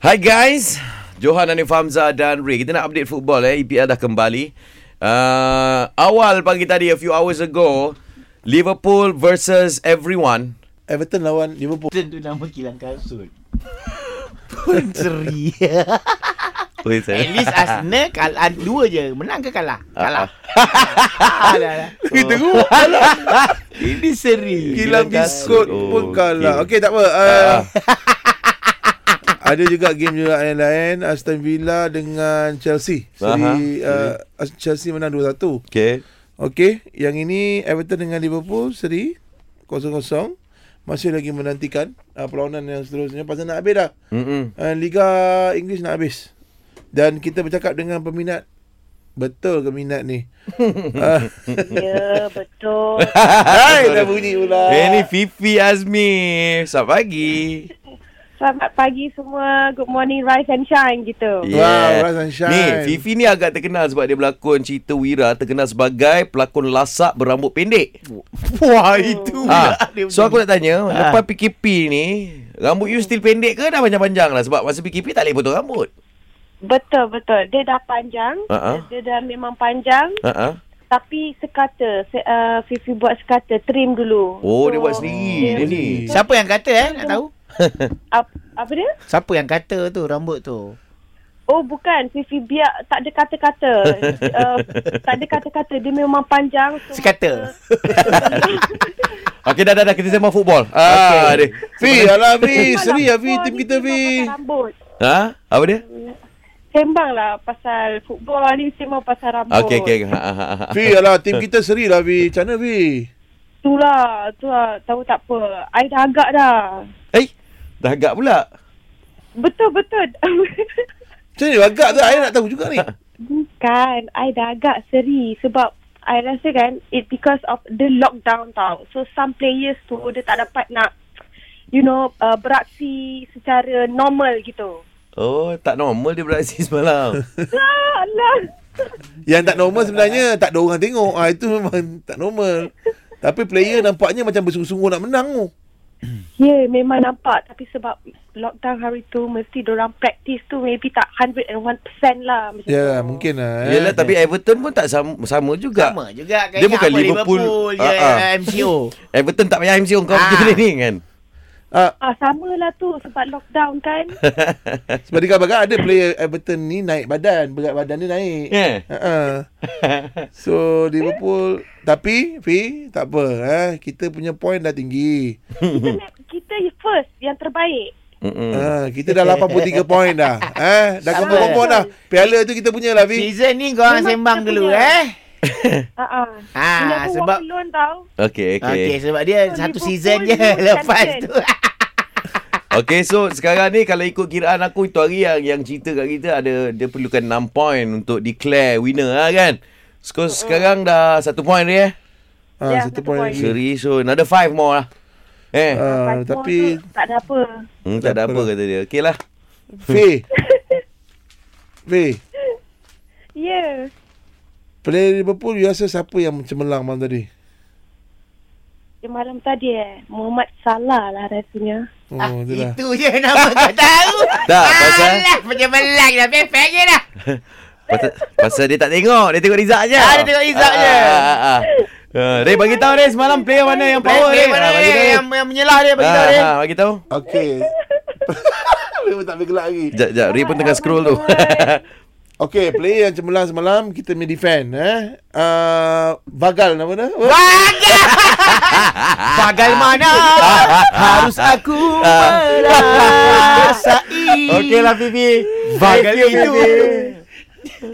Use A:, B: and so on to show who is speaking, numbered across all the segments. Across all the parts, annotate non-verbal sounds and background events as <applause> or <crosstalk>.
A: Hai guys, Johan Hanif Hamzah dan Ray. Kita nak update football eh. EPL dah kembali. Uh, awal pagi tadi, a few hours ago, Liverpool versus everyone.
B: Everton lawan Liverpool.
C: Tentu nama kilang kasut Pun ceria
A: Wait,
C: At least Arsenal kalah Ah, Dua je Menang ke kalah?
A: Ah,
C: Kalah Alah, alah.
B: Kita <laughs> teruk kalah.
C: Ini seri
B: Kilang
A: kasut.
B: biskut
A: Oh,
B: pun
A: okey.
B: kalah. Okey, tak apa. Uh, <laughs> ada juga game juga yang lain. Aston Villa dengan Chelsea. Seri uh, Chelsea menang 2-1.
A: <laughs> Okay.
B: Okey, yang ini Everton dengan Liverpool seri 0-0. Masih lagi menantikan uh, perlawanan yang seterusnya pasal nak habis dah.
A: Mm-mm.
B: Uh, Liga Inggeris nak habis. Dan kita bercakap dengan peminat Betul ke minat ni?
D: Ya, betul.
B: <laughs> Hai, dah bunyi pula.
A: Eh, ni Fifi Azmi. Selamat pagi.
D: Selamat pagi semua. Good morning, rise and shine gitu.
A: Ya.
B: Wow, Rise and Shine.
A: Ni, Fifi ni agak terkenal sebab dia berlakon cerita Wira terkenal sebagai pelakon lasak berambut pendek.
C: Wah itu
A: Ha.
C: Dia
A: So aku nak tanya,
C: Ha.
A: lepas PKP ni, rambut you still pendek ke dah panjang-panjang lah sebab masa PKP tak boleh potong rambut.
D: Betul, betul. Dia dah panjang.
A: Ha-ha.
D: Dia dah memang panjang.
A: Ha ah.
D: Tapi sekata. Se- Uh, Fifi buat sekata. Trim dulu.
A: Oh, dia
D: So,
A: buat sendiri
D: dia-
A: dia ni.
C: Siapa yang kata eh Nak tahu
D: Ap- apa dia?
C: Siapa yang kata tu Rambut tu
D: Oh, bukan. Fifi biar tak ada
A: <laughs>
D: kata-kata. uh, tak ada kata-kata. Dia memang panjang. So uh,
A: <laughs>
C: Sekata
A: Okey dah dah dah kita sembang football. Ah, okay. dia.
B: Fi,
A: Eh,
B: alah Fi,
D: Sembang
B: seri
D: lah
B: lah Fi,
D: football
B: tim
D: ni,
B: kita
D: sembang
B: Fi.
D: pasal rambut.
A: Ha? Apa dia?
D: Sembang lah pasal football ni. Sembang pasal rambut.
A: Okey okey. Ha ha ha.
B: Fi, alah tim kita seri lah Fi. Macam mana Fi?
D: Itulah, itulah. lah, Tahu tak apa. I dah agak dah.
A: Eh, dah agak pula.
D: Betul, betul.
B: Macam ni agak tu, saya nak tahu juga ni.
D: <laughs> Bukan, I dah agak seri sebab I rasa kan it because of the lockdown tau. So some players tu dia tak dapat nak you know uh, beraksi secara normal
B: <laughs>
D: gitu.
A: Oh, tak normal dia beraksi <laughs> semalam.
D: Lah, lah.
B: Yang tak normal sebenarnya, tak ada orang tengok. Ah Itu memang tak normal. Tapi player nampaknya macam bersungguh-sungguh nak menang tu.
D: Yeah, Ya, memang nampak tapi sebab lockdown hari tu mesti orang practice tu maybe tak 101% lah macam
B: Ya,
D: tu.
B: mungkin lah. Eh.
A: Yelah tapi Everton pun tak sama, sama juga.
C: Sama juga
A: Dia bukan
C: apa,
A: Liverpool.
C: Dia
A: Ah, ah.
C: uh MCO
A: Everton tak payah MCO kau
C: Ah.
A: macam ni
C: <laughs>
A: kan.
B: Ah,
D: Ah sama lah tu sebab lockdown kan.
B: sebab dia kata ada player Everton ni naik badan. Berat badan dia naik.
A: Yeah.
B: Ha, ha. So Liverpool Tapi Fi Tak apa eh. Kita punya point dah tinggi
D: kita nak- kita first yang terbaik.
A: Mm-mm.
B: ha, Kita dah 83 point dah eh, Dah
C: Sama.
B: kumpul-kumpul dah Piala tu kita punya lah Fi
C: Season ni korang
D: Memang
C: sembang
D: kita
C: dulu
D: punya.
C: eh
D: Ha ah.
C: Ah,
D: Bila aku
C: sebab-
D: walk alone tau.
A: Okey okey.
C: Okay sebab dia
D: Liverpool
C: Satu season je
D: ni
C: Lepas
D: champion.
C: tu
A: Okey so sekarang ni kalau ikut kiraan aku itu hari yang yang cerita kat kita ada dia perlukan 6 point untuk declare winner lah kan. Skor sekarang dah 1 point dia eh.
B: ha,
D: Ya,
B: Satu
D: satu
B: point
D: point.
B: lagi
A: Seri so another 5 more lah. Eh,
B: Ah,
D: Lepas tu
B: tapi
D: tak ada apa.
A: hmm, tak ada
B: tak
A: apa
B: apa.
A: kata dia. Okey lah.
B: Fi Fi
D: Ya. Yeah.
B: Player Liverpool You rasa siapa yang cemerlang malam tadi
D: Yang malam tadi eh. Muhammad Salah lah rasanya.
B: Oh
C: <laughs> Ah,
B: tu lah
C: itu je nama kau tahu.
A: Tak, pasal-
C: Alah, macam belang dah. Pepek je dah.
A: Pasal, pasal dia tak tengok, dia tengok result je.
C: Ah, dia tengok result je.
A: Ah, ah, ah. Ah, Ray bagi tahu Ray semalam player mana yang power
C: Power dia
A: Ray.
C: mana
A: Ah,
C: dia
A: bagi tahu, Ray.
C: yang, yang menyelah dia bagi tahu
A: Ah,
C: dia.
A: ah, bagi tahu.
B: Okay Memang tak boleh gelak lagi
A: Jap jap Ray pun tengah scroll tu.
B: Okay player yang cemerlang semalam Kita punya defend eh. Uh, Vagal nama dia Apa?
A: <laughs>
C: Bagal. Bagal mana? Harus aku merasai.
A: <laughs> Ah. Okey lah Fifi.
C: Bagal
A: <laughs> Thank you,
C: itu.
A: Fifi.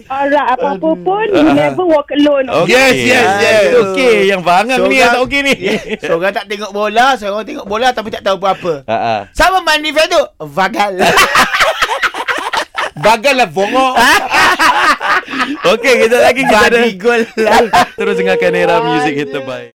D: Alright, apa-apa pun, you never walk alone.
A: Okay.
B: Yes, yes, yes.
A: Ah, Itu okey. Yang bangang ni yang tak okey ni.
C: Seorang tak tengok bola, seorang tengok bola tapi tak tahu apa-apa.
A: Ha <laughs> ah.
C: Sama mandi fan tu. Vagal.
B: Bagal lah bongok
A: Okey, kejap lagi kita ada.
C: Bagi gol lah.
A: <laughs> Terus dengarkan era music hit terbaik.